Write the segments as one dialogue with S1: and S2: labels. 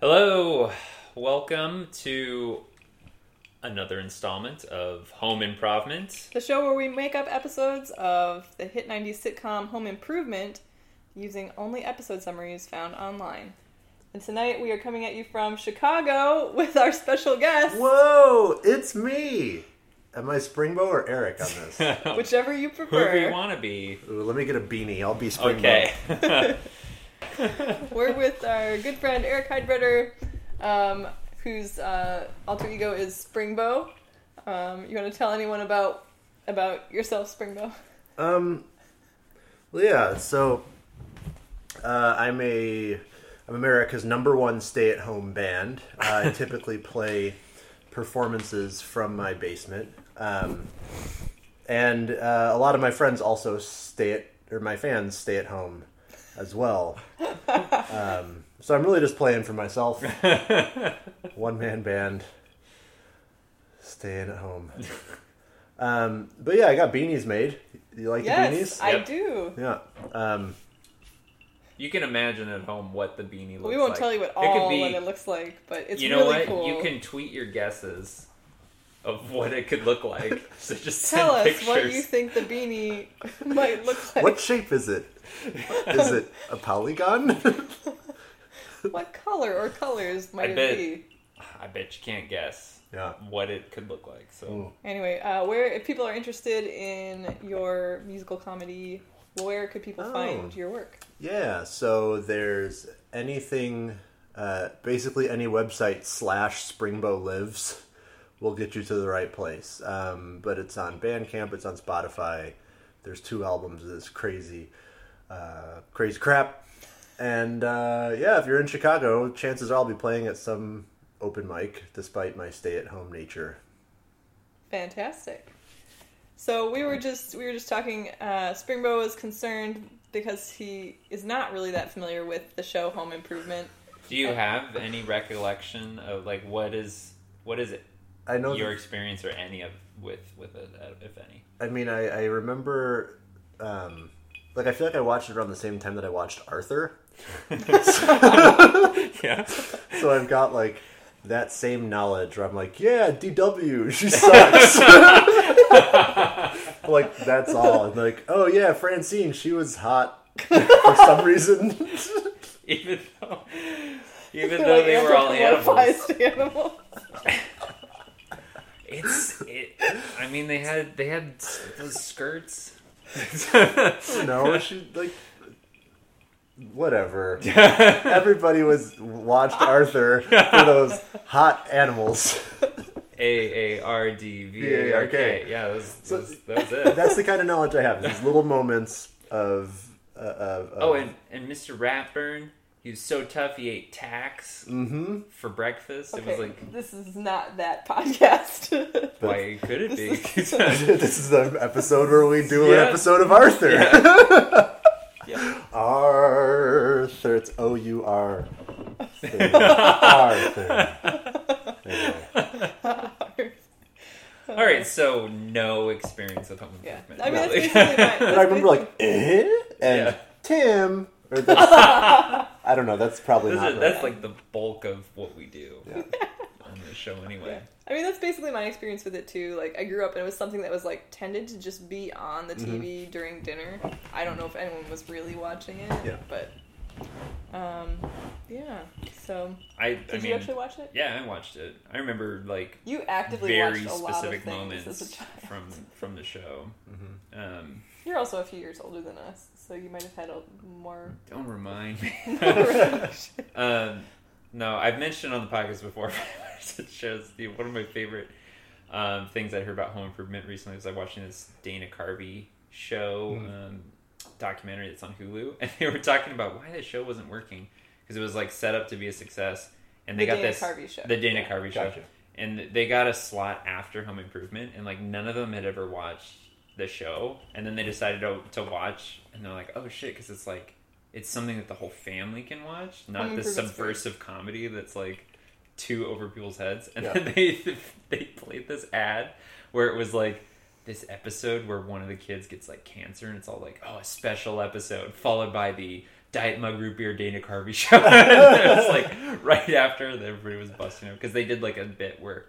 S1: Hello, welcome to another installment of Home Improvement.
S2: The show where we make up episodes of the hit 90s sitcom Home Improvement using only episode summaries found online. And tonight we are coming at you from Chicago with our special guest,
S3: Whoa, it's me. Am I Springbow or Eric on this?
S2: whichever you
S1: Whoever you
S2: prefer.
S1: want to be.
S3: Ooh, let me get a beanie. I'll be Springbow.
S1: Okay.
S2: We're with our good friend Eric Heidbreder, um, whose uh, alter ego is Springbow. Um, you want to tell anyone about about yourself, Springbow?
S3: Um, well, yeah. So, uh, I'm a I'm America's number one stay-at-home band. I typically play performances from my basement, um, and uh, a lot of my friends also stay at or my fans stay at home as well. Um, so I'm really just playing for myself, one man band, staying at home. Um, but yeah, I got beanies made. You like
S2: Yes,
S3: the beanies?
S2: I
S1: Yep.
S2: do.
S3: Yeah. Um,
S1: you can imagine at home what the beanie looks like.
S2: We won't tell you at
S1: It could
S2: all
S1: be,
S2: what it looks like, but it's
S1: you know
S2: really
S1: what?
S2: cool.
S1: You can tweet your guesses of what it could look like. So just send
S2: Tell us
S1: pictures.
S2: what you think the beanie might look like.
S3: what shape is it? Is it a polygon?
S2: What color or colors might
S1: I
S2: it
S1: bet.
S2: be?
S1: I bet you can't guess
S3: yeah.
S1: what it could look like. So
S2: Anyway, uh, where if people are interested in your musical comedy, where could people
S3: Oh.
S2: find your work?
S3: Yeah. So there's anything, uh, basically any website slash Springbow Lives will get you to the right place. Um, but it's on Bandcamp. It's on Spotify. There's two albums. of This crazy, uh, crazy crap. And uh, yeah, if you're in Chicago, chances are I'll be playing at some open mic, despite my stay-at-home nature.
S2: Fantastic. So we were just we were just talking. Uh, Springbow is concerned because he is not really that familiar with the show Home Improvement.
S1: do you have any recollection of like what is what is it
S3: I know
S1: your
S3: that-
S1: experience or any of with with it uh, if any
S3: I mean, I, I remember, um, like, I feel like I watched it around the same time that I watched Arthur.
S1: yeah
S3: So I've got, like, that same knowledge where I'm like, yeah, DW, she sucks. like, that's all. And like, oh, yeah, Francine, she was hot for some reason.
S1: even though even though they were all animals
S2: Anthropomorphized animals.
S1: it's it i mean they had they had s- those skirts
S3: you know, she, like, whatever.
S1: it
S3: Everybody was watched Arthur for those hot animals.
S1: A A R D V A R K.
S3: V-A-R-K.
S1: Yeah, that was,
S3: So-
S1: that was, that was it.
S3: That's the kind of knowledge I have. These little moments of. Uh, of, of
S1: oh, and, and Mr. Ratburn, he was so tough he ate tacks
S3: hmm
S1: for breakfast. It was
S2: Okay,
S1: like,
S2: this is not that podcast.
S1: why could it be?
S2: This
S3: this is the episode where we do
S1: Yeah.
S3: an episode of Arthur.
S1: Yeah. Yeah.
S3: Arthur. It's O U R. Arthur. Anyway.
S1: All right, so no experience with home
S2: Yeah.
S1: improvement.
S2: I mean, that's
S1: Really.
S2: basically my-
S3: And I remember like eh? and
S1: Yeah.
S3: Tim. Or that's, I don't know. That's probably
S1: This
S3: not.
S1: is,
S3: right.
S1: that's like the bulk of what we do on the show, anyway.
S2: I mean, that's basically my experience with it too. Like, I grew up and it was something that was like tended to just be on the
S1: Mm-hmm.
S2: TV during dinner. I don't know if anyone was really watching it,
S3: Yeah.
S2: but um, yeah. So,
S1: I, I
S2: did
S1: mean,
S2: you actually watch it?
S1: yeah, I watched it. I remember like
S2: You actively
S1: very
S2: watched a lot of
S1: specific
S2: things as a
S1: moments
S2: child.
S1: from from the show.
S3: Mm-hmm.
S1: Um,
S2: You're also a few years older than us, so you might have had a more.
S1: don't remind me.
S2: Recollection.
S1: um, no, I've mentioned on the podcast before. it shows the, one of my favorite um, things I heard about home improvement recently was I watching this Dana Carvey show
S2: Hmm.
S1: um, documentary that's on Hulu, and they were talking about why the show wasn't working because it was like set up to be a success, and they
S2: The
S1: got
S2: Dana
S1: this
S2: Carvey show.
S1: the Dana
S2: Yeah.
S1: Carvey show,
S3: Gotcha.
S1: and they got a slot after Home Improvement, and like none of them had ever watched the show, and then they decided to, to watch, and they're like, oh shit, because it's like it's something that the whole family can watch, not
S2: Home
S1: this
S2: Improvement's free.
S1: subversive comedy that's like two over people's heads, and
S3: Yeah.
S1: then they they played this ad where it was like this episode where one of the kids gets like cancer, and it's all like, oh, a special episode, followed by the Diet Mug Root Beer Dana Carvey show. it was like right after that everybody was busting up because they did like a bit where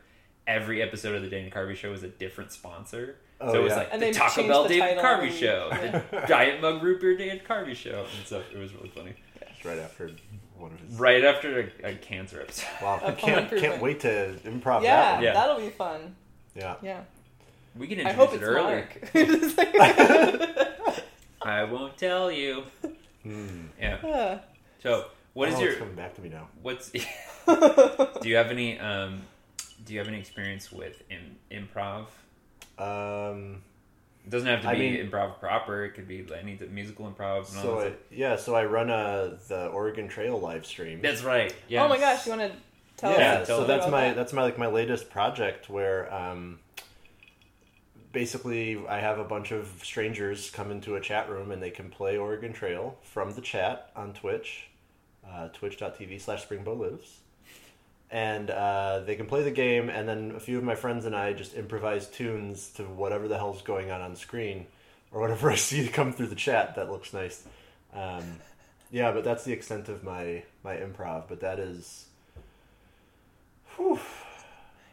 S1: every episode of the Dana Carvey show was a different sponsor.
S3: Oh,
S1: so it was
S3: yeah.
S1: like
S2: And
S1: the
S2: they
S1: Taco
S2: changed
S1: Bell
S2: the
S1: Dana
S2: title
S1: Carvey
S2: and-
S1: show, the Diet Mug Root Beer Dana Carvey show, and so it was really funny.
S3: It's right after one of his.
S1: Right after a, a cancer episode.
S3: Wow, I
S2: Home
S3: can't can't
S2: Improvement.
S3: wait to improv that.
S2: yeah,
S3: One.
S1: Yeah.
S2: that'll be fun.
S3: Yeah.
S2: Yeah.
S1: We can
S2: I
S1: introduce
S2: hope
S1: it
S2: it's
S1: earlier.
S2: Mark.
S1: I won't tell you.
S3: Hmm.
S1: Yeah.
S2: Yeah.
S1: So what is
S3: Oh,
S1: your
S3: It's coming back to me now.
S1: what's do you have any um do you have any experience with Im- improv?
S3: Um,
S1: It doesn't have to
S3: I
S1: be
S3: mean-
S1: improv proper. It could be any d- musical improv. And all
S3: so
S1: that
S3: I,
S1: stuff.
S3: yeah, so I run a the Oregon Trail live stream.
S1: that's right. Yeah.
S2: Oh my gosh, you want to tell us?
S3: yeah,
S1: us
S3: so
S1: about
S3: that's my
S2: that.
S3: that's my like my latest project where um, basically I have a bunch of strangers come into a chat room and they can play Oregon Trail from the chat on Twitch, uh, twitch.tv slash springbowlives. And uh, they can play the game, and then a few of my friends and I just improvise tunes to whatever the hell's going on on screen, or whatever I see come through the chat that looks nice. Um, yeah, but that's the extent of my my improv. But that is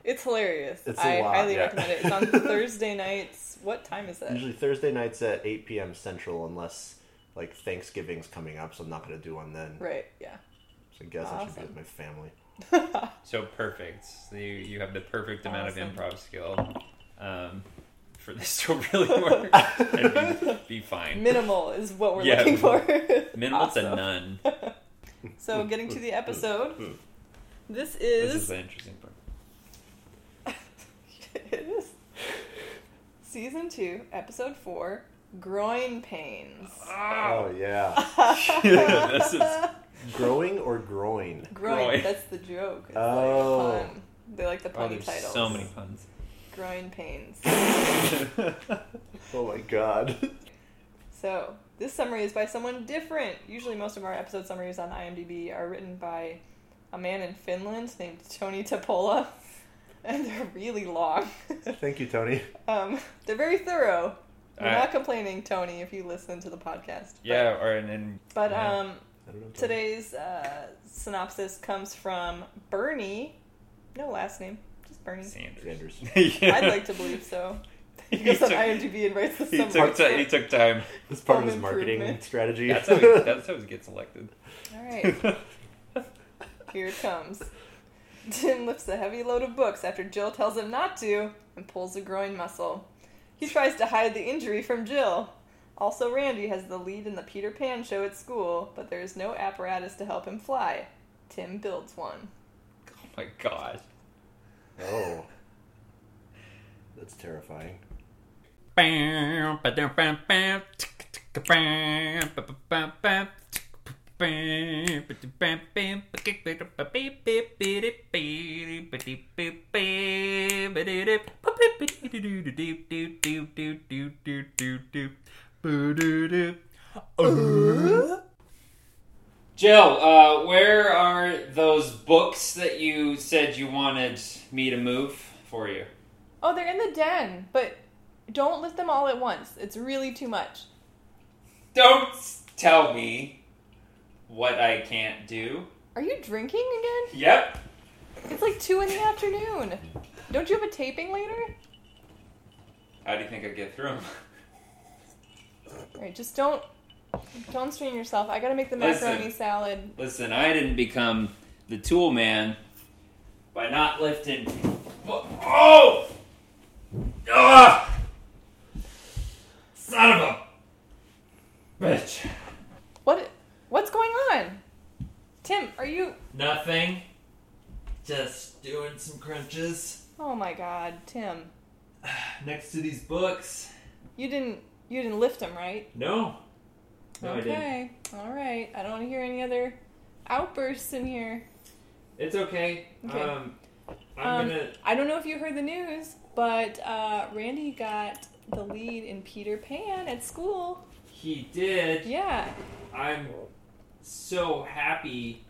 S2: It's hilarious.
S3: It's a
S2: I
S3: lot,
S2: highly
S3: yeah.
S2: recommend it. It's on Thursday nights. What time is that?
S3: Usually Thursday nights at 8 p.m. Central, unless like Thanksgiving's coming up, so I'm not going to do one then.
S2: Right. Yeah.
S3: So I guess I should be
S2: Awesome.
S3: with my family.
S1: So perfect. So you you have the perfect amount
S2: Awesome.
S1: of improv skill um, for this to really work and be, be fine.
S2: Minimal is what we're
S1: Yeah.
S2: looking for.
S1: Minimal to
S2: Awesome.
S1: none.
S2: So getting to the episode. This is.
S1: This is the interesting part.
S2: it is. Season two, episode four, groin pains.
S3: Oh, yeah.
S1: this is
S3: Growing or groin?
S2: Groin.
S1: Groin.
S2: That's the joke. It's
S3: Oh.
S2: like pun. They like the
S1: oh,
S2: punny
S1: there's
S2: titles.
S1: so many puns.
S2: groin pains.
S3: Oh my god.
S2: So, this summary is by someone different. Usually, most of our episode summaries on IMDb are written by a man in Finland named Tony Tapola, and they're really long.
S3: Thank you, Tony.
S2: um, they're very thorough. We're
S1: Uh,
S2: not complaining, Tony, if you listen to the podcast. But-
S1: yeah, or and then
S2: But
S1: yeah.
S2: um,
S3: I don't know. Tony.
S2: today's uh, synopsis comes from Bernie. No last name, just Bernie.
S1: Sanders.
S3: Sanders.
S1: Yeah.
S2: um, I'd like to believe so. He
S1: He
S2: goes on
S1: took-
S2: IMDb and writes the
S1: He
S2: summary.
S1: took, ti- he took time.
S3: That's part of
S2: Home
S3: his marketing
S2: improvement.
S3: strategy.
S1: That's how he, that's how he gets elected.
S2: All right. Here it comes. Tim lifts a heavy load of books after Jill tells him not to and pulls a groin muscle. He tries to hide the injury from Jill. Also, Randy has the lead in the Peter Pan show at school, but there is no apparatus to help him fly. Tim builds one.
S1: oh my god.
S3: oh. That's terrifying.
S1: Jill, uh, where are those books that you said you wanted me to move for you?
S2: Oh, they're in the den, but don't lift them all at once. It's really too much.
S1: Don't tell me what I can't do.
S2: Are you drinking again?
S1: Yep.
S2: It's like 2 in the afternoon. Don't you have a taping later?
S1: How do you think I get through them?
S2: All right, just don't. Don't strain yourself. I gotta make the
S1: Listen.
S2: macaroni salad.
S1: Listen, I didn't become the tool man by not lifting. Oh! Ah! Son of a bitch.
S2: What? What's going on? Tim, are you?
S1: Nothing. Just doing some crunches
S2: Oh my God, Tim,
S1: next to these books.
S2: you didn't you didn't lift him, right?
S1: No. No, I didn't.
S2: okay, all right. I don't want to hear any other outbursts in here.
S1: It's okay.
S2: Okay.
S1: Um, I'm
S2: Um,
S1: gonna.
S2: I don't know if you heard the news, but uh, Randy got the lead in Peter Pan at school.
S1: He did.
S2: Yeah,
S1: I'm so happy.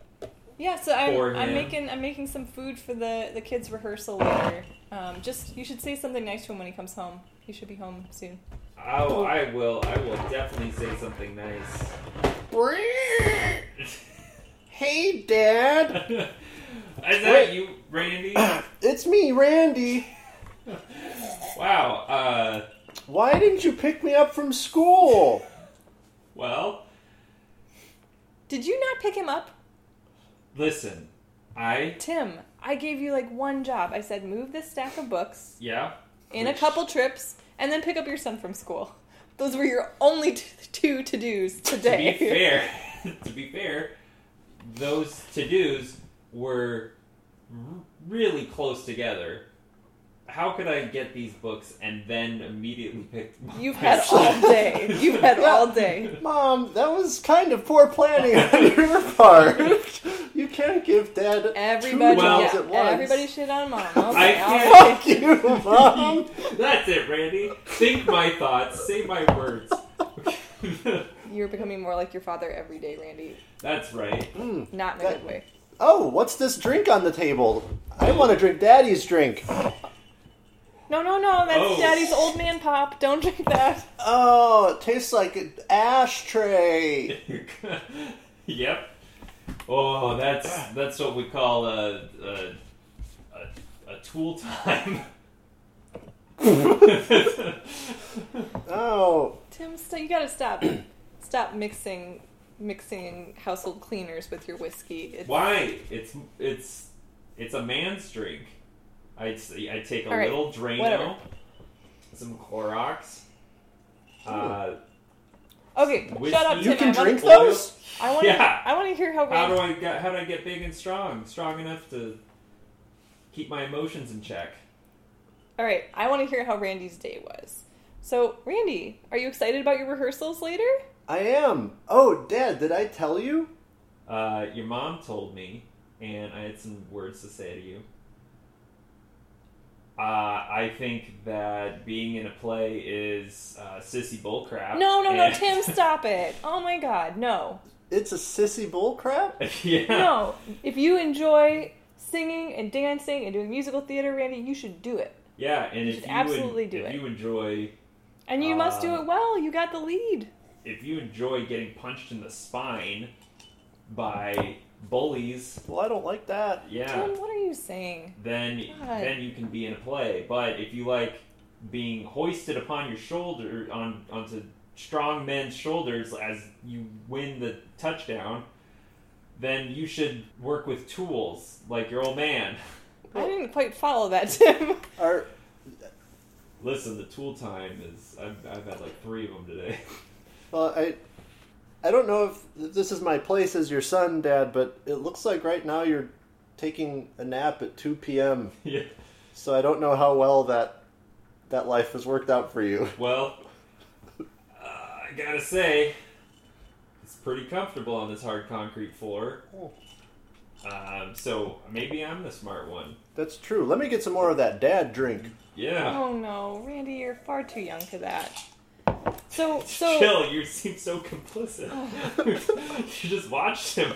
S2: yeah. So I'm,
S1: For
S2: I'm
S1: him.
S2: making I'm making some food for the the kids' rehearsal later. Um, just you should say something nice to him when he comes home. He should be home soon.
S1: Oh, I will. I will definitely say something nice.
S3: hey, Dad.
S1: Is
S3: Wait.
S1: that you, Randy?
S3: It's me, Randy.
S1: wow. Uh,
S3: Why didn't you pick me up from school?
S1: well,
S2: Did you not pick him up?
S1: listen. I
S2: Tim, I gave you like one job. I said move this stack of books
S1: yeah.
S2: in a
S1: Which-
S2: couple trips and then pick up your son from school. Those were your only t- two to dos
S1: To
S2: today.
S1: be fair, to be fair, those to dos were r- really close together. How could I get these books and then immediately pick?
S2: You've
S1: my
S2: had
S1: son?
S2: all day. You've had all day.
S3: Mom, that was kind of poor planning on your part. You can't give Dad
S2: Everybody,
S3: two jobs
S2: yeah,
S3: at once.
S2: everybody shit on mom. Okay,
S1: I
S2: all right.
S3: Fuck you, Mom.
S1: That's it, Randy. Think my thoughts, say my words.
S2: You're becoming more like your father every day, Randy.
S1: That's right.
S3: Mm.
S2: Not in a
S3: That-
S2: good way.
S3: Oh, what's this drink on the table? I want to drink Daddy's drink.
S2: No, no, no. That's
S1: Oh.
S2: daddy's old man pop. Don't drink that.
S3: Oh, it tastes like an ashtray.
S1: yep. Oh, that's that's what we call a a, a, a tool time.
S3: Oh,
S2: Tim, st- you gotta stop. stop mixing mixing household cleaners with your whiskey. It's,
S1: Why? It's it's it's a man's drink. I I take a
S2: All right,
S1: little Drano,
S2: whatever.
S1: some Clorox. Uh,
S2: okay,
S1: Whiskey?
S2: shut up,
S1: You
S2: Tim.
S3: you can
S2: I wanna-
S3: drink
S1: oil.
S3: those?
S2: I want to.
S1: Yeah.
S2: I want to hear how.
S1: how
S2: Randy-
S1: do I get how do I get big and strong? Strong enough to keep my emotions in check.
S2: All right, I want to hear how Randy's day was. So, Randy, are you excited about your rehearsals later?
S3: I am. Oh, Dad, did I tell you?
S1: Uh, your mom told me, and I had some words to say to you. Uh, I think that being in a play is uh, sissy bullcrap.
S2: No, no, no,
S1: and-
S2: Tim, stop it. Oh my god, no.
S3: It's a sissy bullcrap?
S1: yeah.
S2: No. If you enjoy singing and dancing and doing musical theater, Randy, you should do it.
S1: Yeah, and
S2: You
S1: if
S2: should
S1: you
S2: absolutely
S1: en-
S2: do
S1: if
S2: it.
S1: you enjoy
S2: And you must do
S1: Uh,
S2: it well. You got the lead.
S1: if you enjoy getting punched in the spine by bullies,
S3: Well, I don't like that.
S1: yeah,
S2: Tim, what are you saying?
S1: then
S2: God.
S1: then you can be in a play. But if you like being hoisted upon your shoulder on onto strong men's shoulders as you win the touchdown, then you should work with tools like your old man.
S2: I didn't quite follow that, Tim.
S3: Are,
S1: Listen, the tool time is I've, I've had like three of them today.
S3: well, I, I don't know if this is my place as your son, Dad, but it looks like right now you're taking a nap at 2 p.m.,
S1: yeah.
S3: so I don't know how well that that life has worked out for you.
S1: Well, uh, I gotta say, it's pretty comfortable on this hard concrete floor. Um, so maybe I'm the smart one.
S3: That's true. Let me get some more of that Dad drink.
S1: Yeah.
S2: Oh no, Randy, you're far too young for that. So, so
S1: Chill, you seem so complicit. you just watched him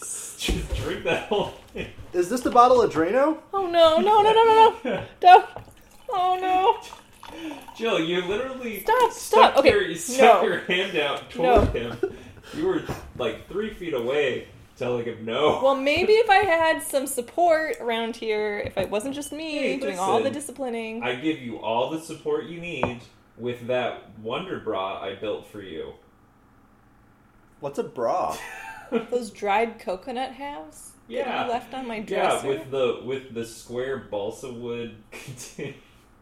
S1: s- just drink that whole thing.
S3: Is this the bottle of Drano?
S2: Oh no, no, no, no, no, no. Don't. Oh no.
S1: Jill, you literally
S2: Stop,
S1: stuck
S2: stop. Okay,
S1: Your, you stuck
S2: no.
S1: your hand out toward
S2: No.
S1: him. You were like three feet away, telling him no.
S2: Well, maybe if I had some support around here, if it wasn't just me
S1: Hey,
S2: doing all the
S1: listen.
S2: disciplining.
S1: I give you all the support you need with that wonder bra I built for you.
S3: What's a bra?
S2: Those dried coconut halves that
S1: Yeah.
S2: you left on my
S1: Yeah,
S2: dresser.
S1: with the with the square balsa wood contain,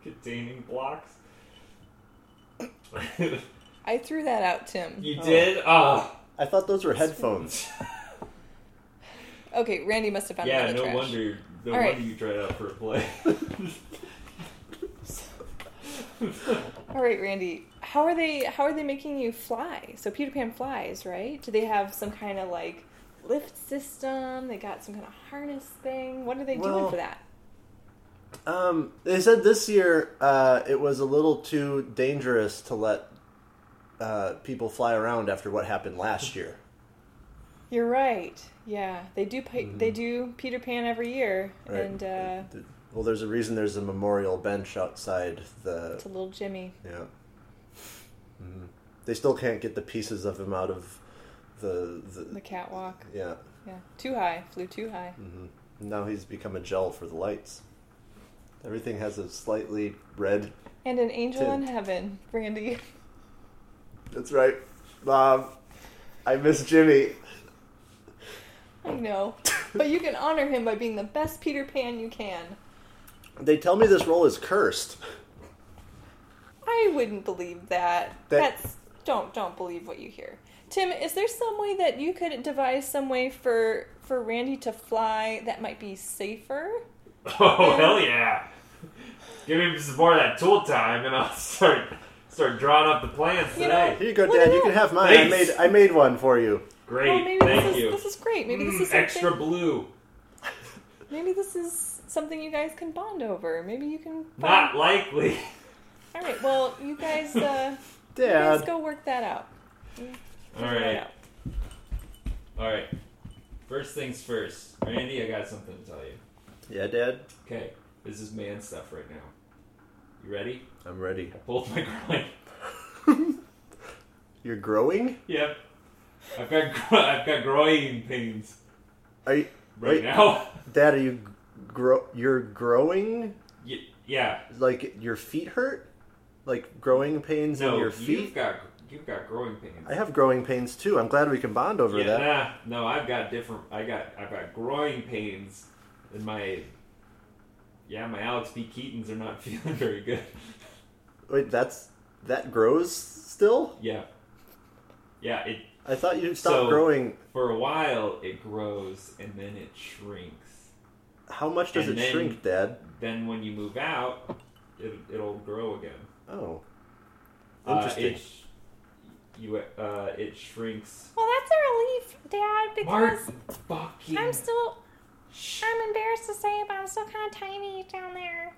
S1: containing blocks. you
S2: I threw that out, Tim.
S1: did? Ah.
S3: I thought those were headphones.
S2: Okay, Randy must have found it
S1: yeah,
S2: in
S1: no
S2: the trash.
S1: wonder no
S2: All right.
S1: wonder you tried out for a play.
S2: All right, Randy, how are they? How are they making you fly? So Peter Pan flies, right? Do they have some kind of like lift system? They got some kind of harness thing. What are they doing
S3: Well-
S2: for that?
S3: Um, they said this year uh, it was a little too dangerous to let uh, people fly around after what happened last year.
S2: You're right. Yeah, they do. pi They do Peter Pan every year,
S3: Mm. Right.
S2: and uh,
S3: Well, there's a reason there's a memorial bench outside the. Mm-hmm.
S2: it's a little Jimmy.
S3: Yeah. Mhm. They still can't get the pieces of him out of the, the,
S2: The catwalk.
S3: yeah.
S2: Yeah. Too high. Flew too high.
S3: hmm Now he's become a gel for the lights. Everything has a slightly red.
S2: And an angel in
S3: Tint.
S2: heaven, Randy.
S3: That's right, Mom. I miss Jimmy.
S2: I know. But you can honor him by being the best Peter Pan you can.
S3: They tell me this role is cursed.
S2: I wouldn't believe that.
S3: That-
S2: That's don't don't believe what you hear. Tim, is there some way that you could devise some way for for Randy to fly that might be safer?
S4: Oh hell yeah! Give me some more of that tool time, and I'll start start drawing up the plans
S2: You
S4: today.
S3: Here you go,
S2: Look
S3: Dad.
S2: at
S3: You
S2: that.
S3: can have mine. I
S4: Nice.
S3: made I made one for you.
S4: Great,
S2: well, Oh, maybe
S4: thank
S2: this is
S4: you.
S2: this is great. Maybe this
S4: Mm,
S2: is something
S4: extra blue.
S2: maybe this is something you guys can bond over. Maybe you can
S4: Not
S2: find...
S4: likely.
S2: All right. Well, you guys uh you guys
S3: Dad.
S2: go work that out.
S4: All
S2: Figure that
S4: right,
S2: out.
S4: all right. First things first, Randy. I got something to tell you.
S3: Yeah, Dad.
S4: Okay, this is man stuff right now. You ready?
S3: I'm ready.
S4: I pulled my groin.
S3: You're growing.
S4: Yep. I've got gro- I've got groin pains
S3: Are you,
S4: right
S3: Wait.
S4: now.
S3: Dad? Are you grow? You're growing.
S4: Y- yeah.
S3: Like your feet hurt. Like growing pains
S4: No,
S3: in your
S4: you've
S3: feet.
S4: got you've got growing pains.
S3: I have growing pains too. I'm glad we can bond over
S4: yeah,
S3: that.
S4: Nah, no, I've got different. I got I've got groin pains, and my yeah, my Alex B. Keaton's are not feeling very good.
S3: Wait, that's that grows still?
S4: Yeah, yeah. It
S3: I thought you stopped
S4: So-
S3: growing.
S4: for a while it grows and then it shrinks.
S3: How much does
S4: And
S3: it
S4: then-
S3: shrink, Dad?
S4: Then when you move out, it, it'll grow again.
S3: Oh,
S4: Uh,
S3: interesting.
S4: it sh- you uh, it shrinks.
S2: Well, that's a relief, Dad,
S4: Mark,
S2: because
S4: fucking
S2: I'm still
S4: sh-
S2: I'm embarrassed to say it, but I'm still kind of tiny down there.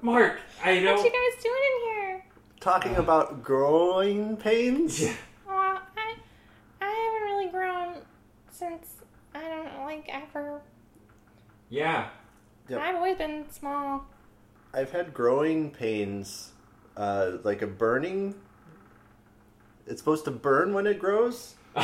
S4: Mark, I
S2: Oh. What you
S4: don't.
S2: guys doing in here?
S3: Talking
S4: uh,
S3: about growing pains.
S4: Yeah.
S2: Well, I I haven't really grown since I don't like ever.
S4: Yeah.
S3: Yep.
S2: I've always been small.
S3: I've had growing pains, uh, like a burning. It's supposed to burn when it grows.
S2: Are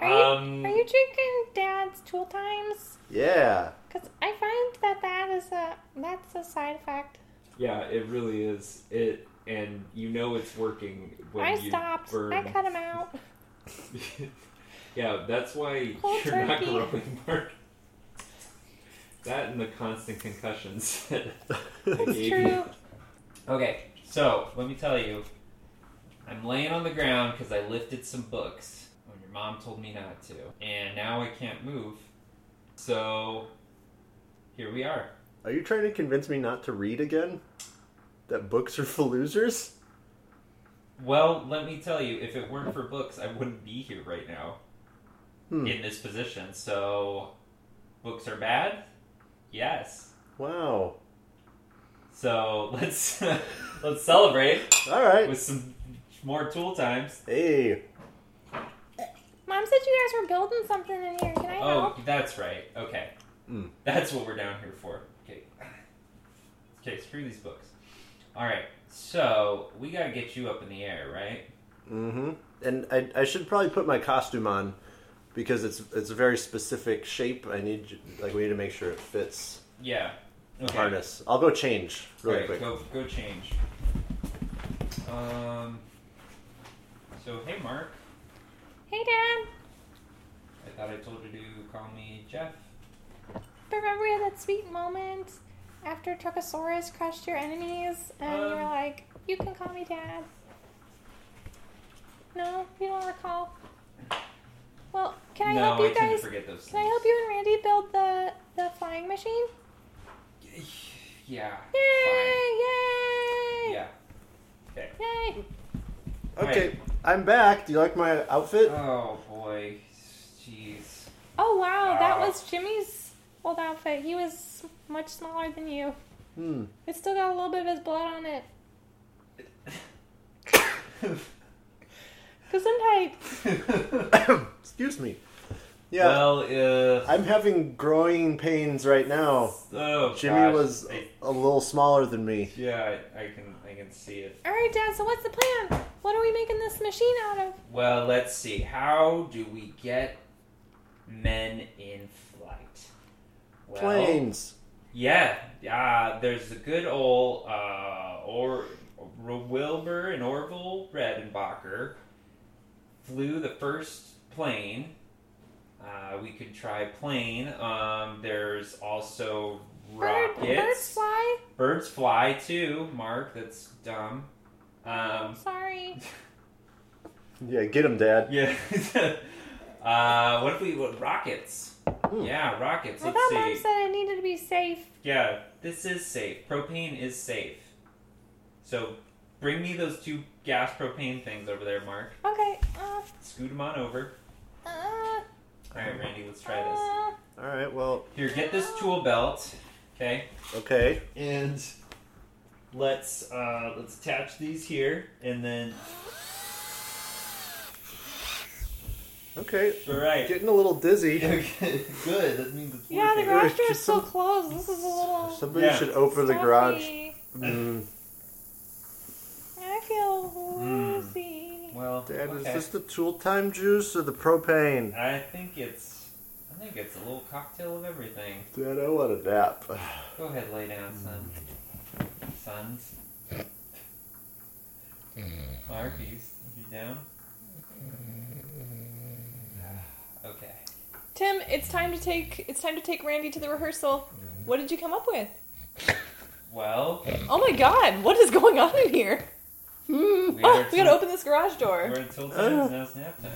S2: you-
S4: um,
S2: Are you drinking Dad's tool times?
S3: Yeah,
S2: Cause I find that that is a that's a side effect.
S4: Yeah, it really is. It and you know it's working when
S2: I
S4: you
S2: stopped.
S4: burn.
S2: I cut him out.
S4: yeah, that's why
S2: Cold
S4: you're not
S2: turkey.
S4: growing, Mark. That and the constant concussions.
S2: That's
S4: Maybe.
S2: true.
S1: Okay, so let me tell you, I'm laying on the ground because I lifted some books when your mom told me not to, and now I can't move. So here we are.
S3: are you trying to convince me not to read again? That books are for losers.
S1: Well, let me tell you, if it weren't for books, I wouldn't be here right now
S3: Hmm.
S1: in this position. So books are bad? Yes.
S3: Wow.
S1: So let's let's celebrate
S3: All right.
S1: with some more tool times.
S3: Hey,
S2: Mom said you guys were building something in here. Can I
S1: Oh,
S2: help?
S1: that's right. Okay.
S3: Mm.
S1: That's what we're down here for. Okay. Okay, screw these books. All right. So, we got to get you up in the air, right?
S3: Mm-hmm. And I, I should probably put my costume on because it's it's a very specific shape. I need j- like we need to make sure it fits
S1: Yeah.
S3: the
S1: Okay.
S3: harness. I'll go change
S1: All
S3: really
S1: right,
S3: quick.
S1: go go change. Um So, hey Mark,
S2: Hey, Dad.
S1: I thought I told you to call me Jeff.
S2: Remember we had that sweet moment after Trochosaurus crushed your enemies and you were
S1: Um.
S2: like, you can call me dad? No, you don't recall? Well, can I
S1: no,
S2: help you
S1: I tend
S2: guys?
S1: to forget those
S2: Can I help you and Randy build the, the flying machine?
S1: you? Yeah.
S2: Yay!
S1: Fine.
S2: Yay!
S1: Yeah.
S2: Yay!
S3: Okay, I'm back. Do you like my outfit?
S1: Oh boy. Jeez.
S2: Oh wow, that
S1: Ah.
S2: was Jimmy's old outfit. He was much smaller than you.
S3: Hmm.
S2: It's still got a little bit of his blood on it. Gesundheit!
S3: Excuse me. Yeah,
S1: Well, uh,
S3: I'm having growing pains right now.
S1: oh,
S3: Jimmy
S1: gosh.
S3: was
S1: I-
S3: a little smaller than me.
S1: yeah, I, I can. I I can see it.
S2: All right, Dad. So what's the plan? What are we making this machine out of?
S1: Well, let's see. How do we get men in flight? Well,
S3: Planes.
S1: Yeah, uh, there's the good old uh, or R- Wilbur and Orville Redenbacher flew the first plane. Uh, we could try plane. Um, there's also
S2: Bird,
S1: rockets.
S2: birds fly.
S1: Birds fly too, Mark. That's dumb. Um,
S2: Sorry.
S3: Yeah, get them, Dad.
S1: yeah. uh, what if we what, rockets? Yeah, rockets.
S2: I
S1: Let's
S2: thought
S1: see.
S2: Mom said it needed to be safe.
S1: Yeah, this is safe. Propane is safe. So bring me those two gas propane things over there, Mark.
S2: Okay. Uh,
S1: Scoot them on over.
S2: uh,
S1: All right, Randy, let's try this.
S2: uh,
S3: All right. Well,
S1: Here, get this tool belt. Okay.
S3: okay.
S1: And let's uh, let's attach these here, and then
S3: Okay.
S1: all right.
S3: Getting a little dizzy.
S1: Okay, good. That means it's
S2: yeah, the
S1: working.
S2: garage door is
S3: just
S2: still
S3: some-
S2: closed. This is a little.
S3: Somebody
S1: Yeah.
S3: should open the garage.
S2: stuffy.
S3: Mm,
S2: I feel
S1: Mm.
S2: woozy.
S1: Well,
S3: Dad, is
S1: okay.
S3: this the tool time juice or the propane?
S1: I think it's I think it's a little cocktail of everything.
S3: Dad, I want a nap.
S1: Go ahead, lay down, son. Sons. Mark, are you, you down? Okay.
S2: Tim, it's time to take it's time to take Randy to the rehearsal.
S1: Mm-hmm.
S2: What did you come up with?
S1: Well,
S2: Oh my god, what is going on in here?
S1: we
S2: Oh,
S1: are
S2: we gotta
S1: till-
S2: open this garage door.
S1: We're until 10,
S3: Uh.
S1: now snap time.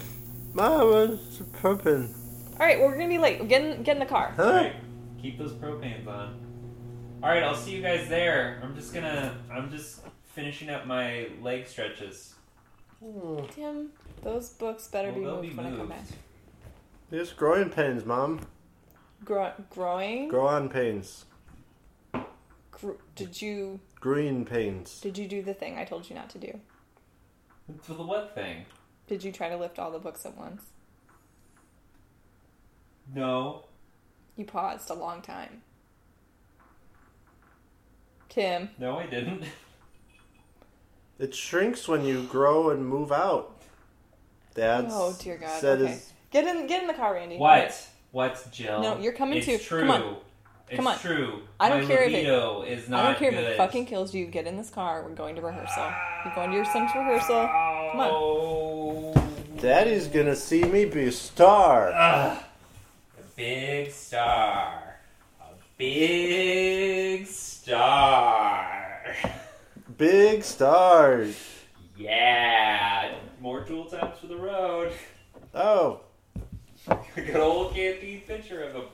S3: Mom, it's propane.
S2: Alright, we're gonna be late. Get in, get in the car.
S3: Huh?
S1: Alright, keep those propanes on. Alright, I'll see you guys there. I'm just gonna, I'm just finishing up my leg stretches.
S3: Mm,
S2: Tim, those books better be
S1: Well,
S2: moved
S1: they'll
S2: when I come back.
S3: There's growing pains, Mom.
S2: Gro- growing?
S3: Grow on pains.
S2: Gr- did you
S3: Green pains.
S2: did you do the thing I told you not to do?
S1: For the what thing?
S2: Did you try to lift all the books at once?
S1: No.
S2: You paused a long time. Tim,
S1: No, I didn't.
S3: It shrinks when you grow and move out. That's
S2: Oh, dear God,
S3: Said
S2: okay.
S3: his-
S2: get in get in the car, Randy.
S1: What? What, Jill?
S2: No, you're coming
S1: it's
S2: too.
S1: True.
S2: Come on.
S1: It's
S2: Come on.
S1: true.
S2: I don't
S1: My
S2: care if it-
S1: libido is not
S2: I don't care
S1: good.
S2: if it fucking kills you. Get in this car. We're going to rehearsal. You're going to your son's rehearsal. Come on.
S1: on.
S3: Daddy's gonna see me be a star.
S1: A big star. A big star.
S3: Big stars.
S1: Yeah. More jewel taps for the road.
S3: Oh,
S1: Good old canteen picture of them.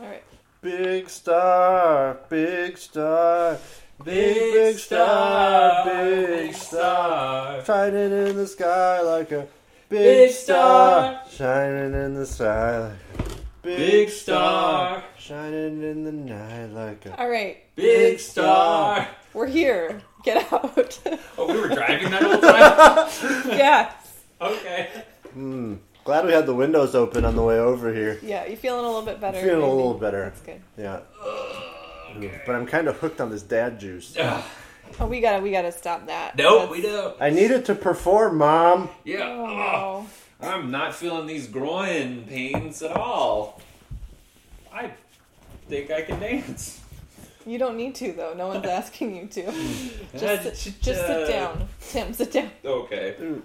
S2: All right.
S3: big star. Big star. Big, big star. Big star. Shining in the sky like a big,
S1: Big
S3: star. Shining in the sky like a
S1: Big star.
S3: Shining in the night like a
S2: All right.
S1: Big star.
S2: We're here. Get out.
S1: Oh, we were driving that whole time?
S2: yeah.
S1: Okay.
S3: Hmm. Glad we had the windows open on the way over here.
S2: Yeah. You feeling a little bit better?
S3: Feeling a
S2: Randy?
S3: little better.
S2: That's good.
S3: Yeah. But I'm kind of hooked on this dad juice.
S1: Ugh.
S2: Oh, we gotta we gotta stop that.
S1: Nope,
S2: That's-
S1: we don't.
S3: I needed to perform, Mom.
S1: Yeah.
S2: Oh,
S1: Ugh.
S2: no.
S1: I'm not feeling these groin pains at all. I think I can dance.
S2: You don't need to though. No one's asking you to.
S1: Uh,
S2: Just sit,
S1: ch-
S2: just sit
S1: uh,
S2: down. Tim, sit down.
S1: Okay.
S3: Mm.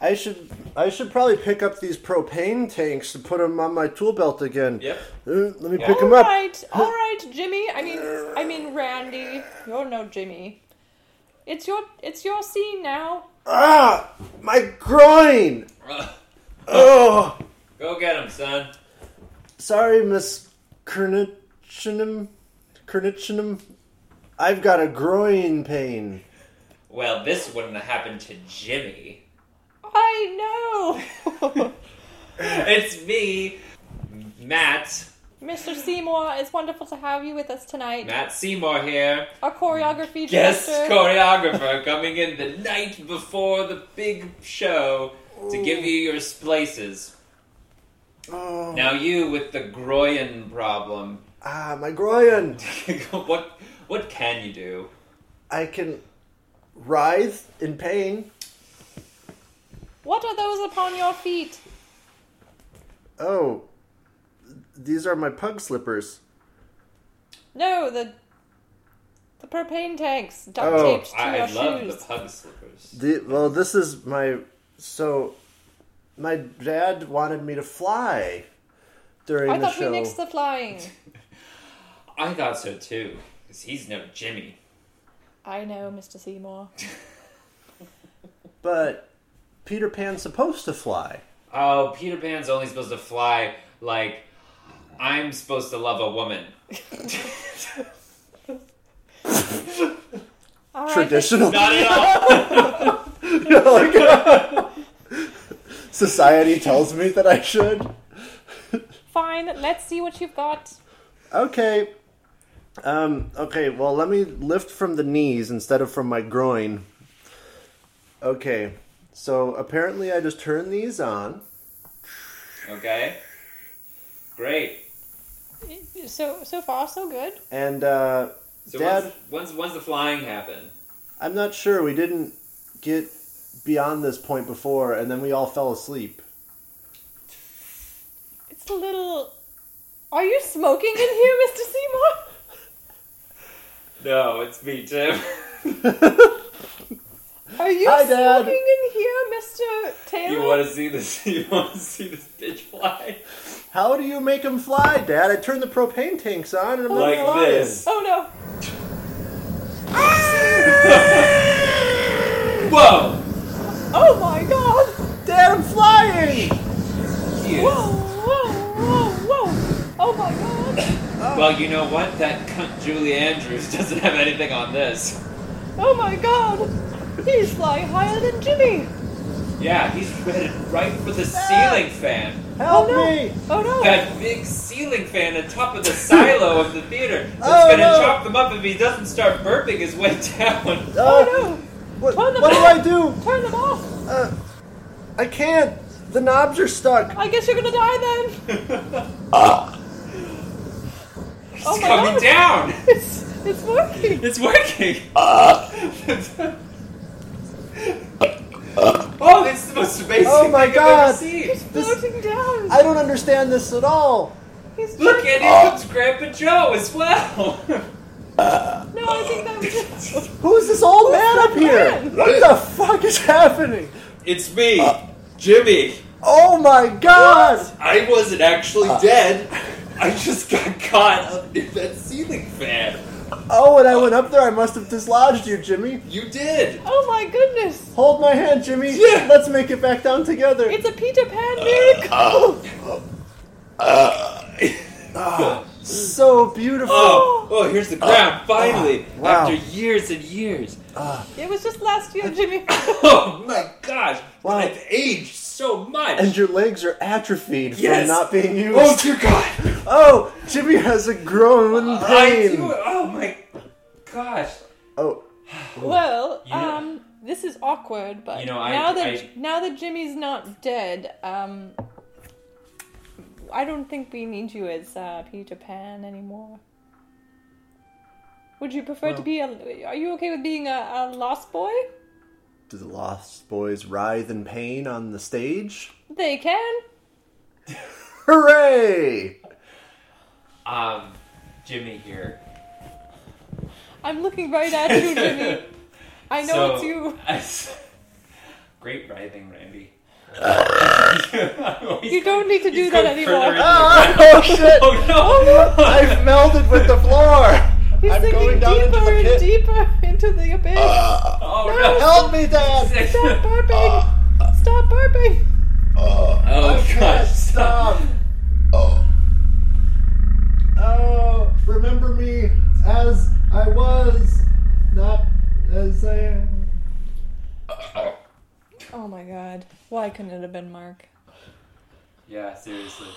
S3: I should I should probably pick up these propane tanks and put them on my tool belt again.
S1: Yep.
S3: Uh, Let me
S1: Yeah.
S3: pick
S2: All
S3: them up.
S2: right, all right, Jimmy. I mean, I mean Randy. You're no Jimmy. It's your it's your scene now.
S3: Ah, my groin.
S1: Ugh.
S3: Oh,
S1: Go get him, son.
S3: sorry, Miss Kernichinum. Kernichinum. I've got a groin pain.
S1: Well, this wouldn't have happened to Jimmy.
S2: I know.
S1: It's me, Matt.
S2: Mr. Seymour, it's wonderful to have you with us tonight.
S1: Matt Seymour here.
S2: Our choreography
S1: Guest
S2: director.
S1: choreographer coming in the night before the big show to give you your splices.
S3: Oh,
S1: Now you with the groin problem.
S3: ah, my groin.
S1: what what can you do?
S3: I can writhe in pain.
S2: What are those upon your feet?
S3: Oh, these are my pug slippers.
S2: No, the the propane tanks duct
S3: Oh,
S2: taped to
S1: I
S2: your
S1: love
S2: shoes.
S1: the pug slippers.
S3: The, well, this is my. So, my dad wanted me to fly during
S2: I
S3: the
S2: thought
S3: show.
S2: we nixed the flying.
S1: I thought so too, because he's no Jimmy.
S2: I know, Mr. Seymour.
S3: But Peter Pan's supposed to fly.
S1: Oh, Peter Pan's only supposed to fly like I'm supposed to love a woman.
S2: All right,
S3: Traditional.
S1: Not at all.
S3: You know, like, society tells me that I should.
S2: fine. Let's see what you've got.
S3: Okay. Um, okay, well, let me lift from the knees instead of from my groin. Okay, so apparently I just turn these on.
S1: okay. Great.
S2: So so far so good.
S3: And uh,
S1: So
S3: Dad,
S1: once, once once the flying happened,
S3: I'm not sure. We didn't get beyond this point before, and then we all fell asleep.
S2: It's a little. Are you smoking in here, Mr. Seymour?
S1: no, it's me, Tim.
S2: Are you
S3: Hi, Dad.
S2: smoking in here, Mr. Taylor?
S1: you want to see this? You want to see this bitch fly
S3: How do you make them fly, Dad? I turned the propane tanks on, and I'm
S1: like
S3: not flying.
S1: this?
S2: Oh no!
S1: Whoa!
S2: Oh my God!
S3: Dad, I'm flying!
S2: Whoa! Whoa! Whoa! Whoa! Oh my God!
S1: Well, you know what? That cunt Julie Andrews doesn't have anything on this.
S2: Oh my God! He's flying higher than Jimmy.
S1: Yeah, he's headed right for the ceiling fan.
S3: Help
S2: oh no!
S3: me!
S2: Oh no!
S1: That big ceiling fan on top of the silo of the theater. That's
S3: Oh,
S1: gonna
S3: no.
S1: chop them up if he doesn't start burping his way down.
S3: Uh,
S2: Oh
S3: What,
S2: Turn them
S3: what do
S2: off.
S3: I do?
S2: no! Turn them off!
S3: Uh, I can't. The knobs are stuck.
S2: I guess you're gonna die then.
S1: He's
S2: Oh my
S1: coming
S2: God.
S1: down!
S2: It's it's working.
S1: It's working! oh, this is the most amazing
S3: Oh my
S1: thing
S3: God.
S1: I've ever
S2: He's
S1: seen.
S3: This-
S2: floating down.
S3: I don't understand this at all.
S2: He's
S1: Look, and here comes Grandpa Joe as well.
S2: No, I think that was it.
S3: Who's this old man up here?
S2: man?
S3: What the fuck is happening?
S1: it's me, Jimmy.
S3: Oh my god!
S1: I wasn't actually
S3: Uh.
S1: dead. I just got caught up in that ceiling fan.
S3: Oh, when I went up there, I must have dislodged you, Jimmy.
S1: You did.
S2: Oh my goodness!
S3: Hold my hand, Jimmy.
S1: Yeah.
S3: Let's make it back down together.
S2: It's a Peter Pan miracle.
S3: Ah, so beautiful.
S1: Oh, oh, here's the ground, finally,
S3: Uh. wow.
S1: after years and years.
S2: It was just last year, Jimmy.
S1: Oh my gosh,
S3: Wow.
S1: I've aged so much.
S3: And your legs are atrophied
S1: Yes.
S3: from not being used.
S1: oh dear God.
S3: Oh, Jimmy has a groan
S1: I
S3: pain.
S1: do, oh my gosh.
S3: Oh,
S2: Well,
S1: You know-
S2: um, this is awkward, but
S1: You know, I-
S2: now that
S1: I-
S2: now that Jimmy's not dead, um, I don't think we need you as uh, Peter Pan anymore. Would you prefer to
S3: Well-
S2: be a? Are you okay with being a, a lost boy?
S3: do the Lost Boys writhe in pain on the stage?
S2: They can.
S3: Hooray!
S1: Um, Jimmy here.
S2: I'm looking right at you, Jimmy. I know
S1: So,
S2: it's you.
S1: I s- great writhing, Randy.
S2: You don't need to do
S1: He's
S2: that
S1: going further
S2: anymore.
S1: into
S3: Ah, oh shit!
S1: Oh no!
S3: I've melded with the floor.
S2: He's
S3: I'm
S2: sinking
S3: going down
S2: deeper
S3: into the
S2: and
S3: pit.
S2: deeper into the abyss.
S1: Oh
S2: No.
S3: Help me, Dad!
S2: Stop
S1: no!
S2: burping!
S1: Uh,
S2: Stop burping!
S1: oh
S3: Can't
S1: gosh! Stop!
S3: stop. Oh, remember me as I was, not as I am.
S2: Oh my god. Why couldn't it have been Mark?
S1: Yeah, seriously.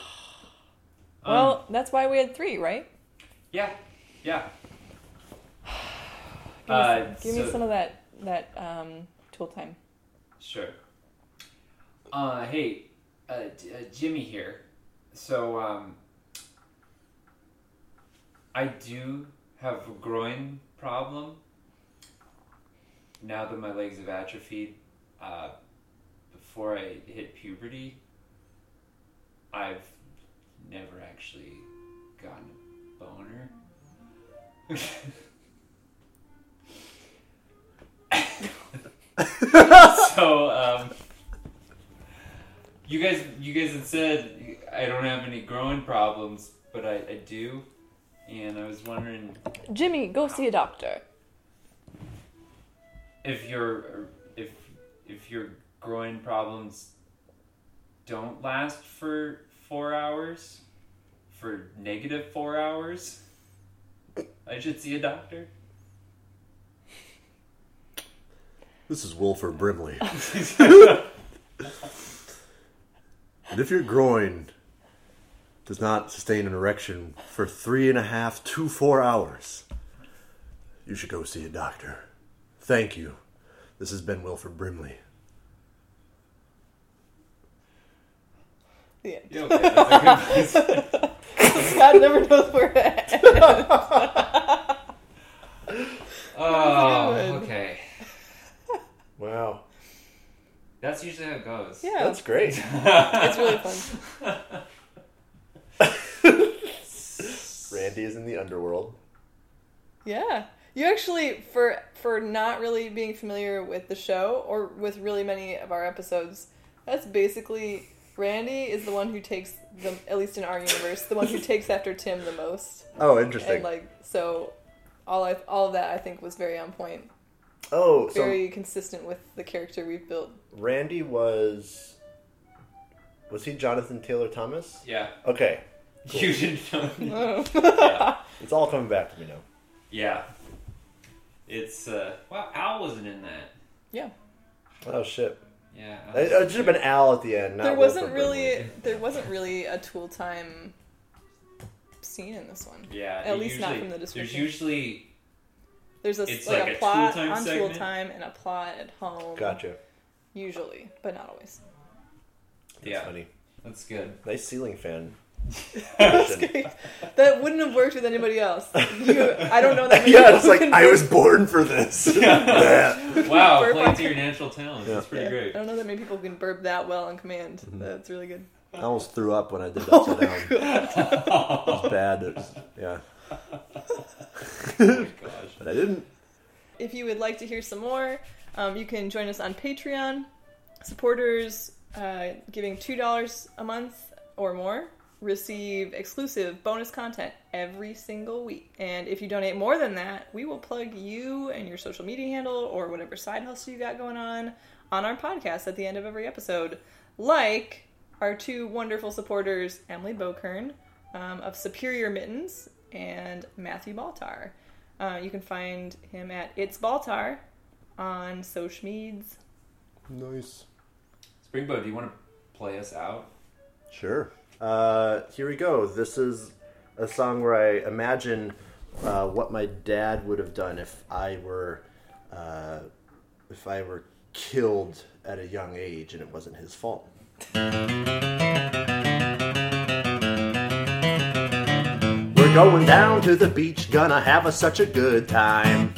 S1: Um,
S2: Well, that's why we had three, right?
S1: yeah, yeah.
S2: Give, me,
S1: Uh,
S2: give me
S1: so-
S2: some of that that um, tool time.
S1: Sure. Uh, hey, uh, J- uh, Jimmy here. So, um, I do have a groin problem. now that my legs have atrophied, uh, before I hit puberty, I've never actually gotten a boner. so, um, you guys, you guys had said I don't have any growing problems, but I, I do, and I was wondering
S2: Jimmy, go see a doctor.
S1: if your if if your groin problems don't last for four hours, for negative four hours, I should see a doctor.
S3: This is Wilford Brimley. And if your groin does not sustain an erection for three and a half to four hours, you should go see a doctor. Thank you. This has been Wilford Brimley.
S2: The end.
S1: Yeah, okay, that's a good place.
S2: Scott never knows where to end.
S1: Oh,
S2: That's a good one.
S1: okay.
S3: Wow.
S1: That's usually how it goes.
S2: Yeah,
S3: That's great.
S2: it's really fun.
S3: Randy is in the underworld.
S2: Yeah, you actually for for not really being familiar with the show or with really many of our episodes, that's basically Randy is the one who takes the at least in our universe the one who takes after Tim the most
S3: Oh,
S2: and
S3: interesting.
S2: like so. All I, all of that I think was very on point,
S3: oh, so
S2: very consistent with the character we've built.
S3: Randy was. Was he Jonathan Taylor Thomas?
S1: Yeah.
S3: Okay.
S1: You didn't know.
S2: Oh.
S1: Yeah.
S3: It's all coming back to me now.
S1: Yeah. It's, uh, well, Al wasn't in that.
S3: Oh, shit.
S1: Yeah. Al
S3: It, it should have been Al at the end. Not
S2: there wasn't
S3: Wilford
S2: really
S3: Brimley.
S2: there wasn't really a tool time scene in this one.
S1: Yeah.
S2: At
S1: it
S2: least not
S1: usually-
S2: from the description.
S1: There's usually,
S2: There's a,
S1: It's
S2: like,
S1: like
S2: a,
S1: a
S2: plot
S1: tool time
S2: on tool
S1: segment?
S2: time and a plot at home.
S3: Gotcha.
S2: Usually, but not always.
S3: That's
S1: yeah,
S3: funny.
S1: that's good.
S3: Nice ceiling fan.
S2: That's great. That wouldn't have worked with anybody else. You, I don't know that many
S3: yeah,
S2: people
S3: it's like
S2: can
S3: I
S2: burp-
S3: was born for this. Yeah.
S1: Wow,
S2: burp
S1: play
S2: on
S1: to your natural talents.
S3: Yeah.
S1: That's pretty
S2: Yeah.
S1: great.
S2: I don't know that many people can burp that well on command.
S3: Mm-hmm.
S2: That's really good.
S3: I almost threw up when I did upside down. It
S1: oh
S3: was bad. It was- yeah,
S1: my gosh.
S3: but I didn't.
S2: If you would like to hear some more, um, you can join us on Patreon. Supporters uh, giving $2 a month or more receive exclusive bonus content every single week. And if you donate more than that, we will plug you and your social media handle or whatever side hustle you got going on on our podcast at the end of every episode. Like our two wonderful supporters, Emily Bokern um, of Superior Mittens and Matthew Baltar. Uh, you can find him at It's Baltar on social meds.
S3: Nice.
S1: Springbow, do you want to play us out?
S3: Sure. Uh, here we go. This is a song where I imagine uh, what my dad would have done if I were uh, if I were killed at a young age and it wasn't his fault. We're going down to the beach, gonna have a, such a good time.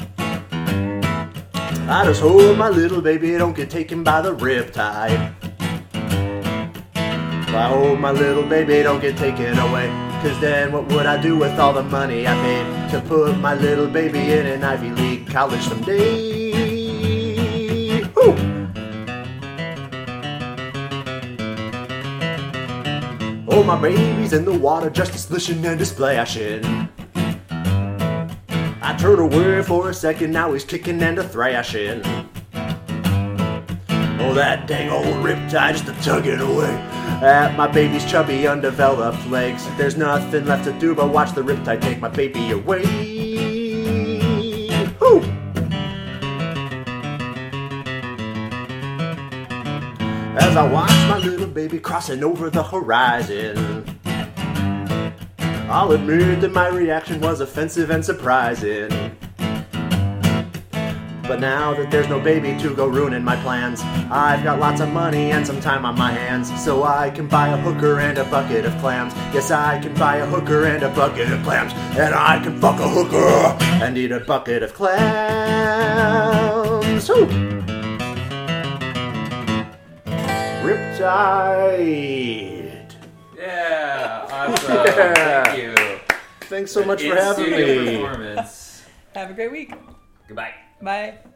S3: I just hope my little baby don't get taken by the riptide. I hope my little baby don't get taken away. Cause then what would I do with all the money I made to put my little baby in an Ivy League college someday? Woo! Oh, my baby's in the water just a slishing and a splashing. I turn away for a second, now he's kicking and a thrashing. Oh, that dang old riptide just a tugging away at my baby's chubby, undeveloped legs. There's nothing left to do but watch the riptide take my baby away. Whew! As I watch my little baby crossing over the horizon, I'll admit that my reaction was offensive and surprising. But now that there's no baby to go ruining my plans, I've got lots of money and some time on my hands. So I can buy a hooker and a bucket of clams. Yes, I can buy a hooker and a bucket of clams. And I can fuck a hooker and eat a bucket of clams. episode. Riptide.
S1: Yeah, awesome.
S3: Yeah.
S1: Thank you.
S3: Thanks so much for
S1: In
S3: having
S1: studio
S3: me.
S1: Performance.
S2: Have a great week.
S1: Goodbye.
S2: Bye.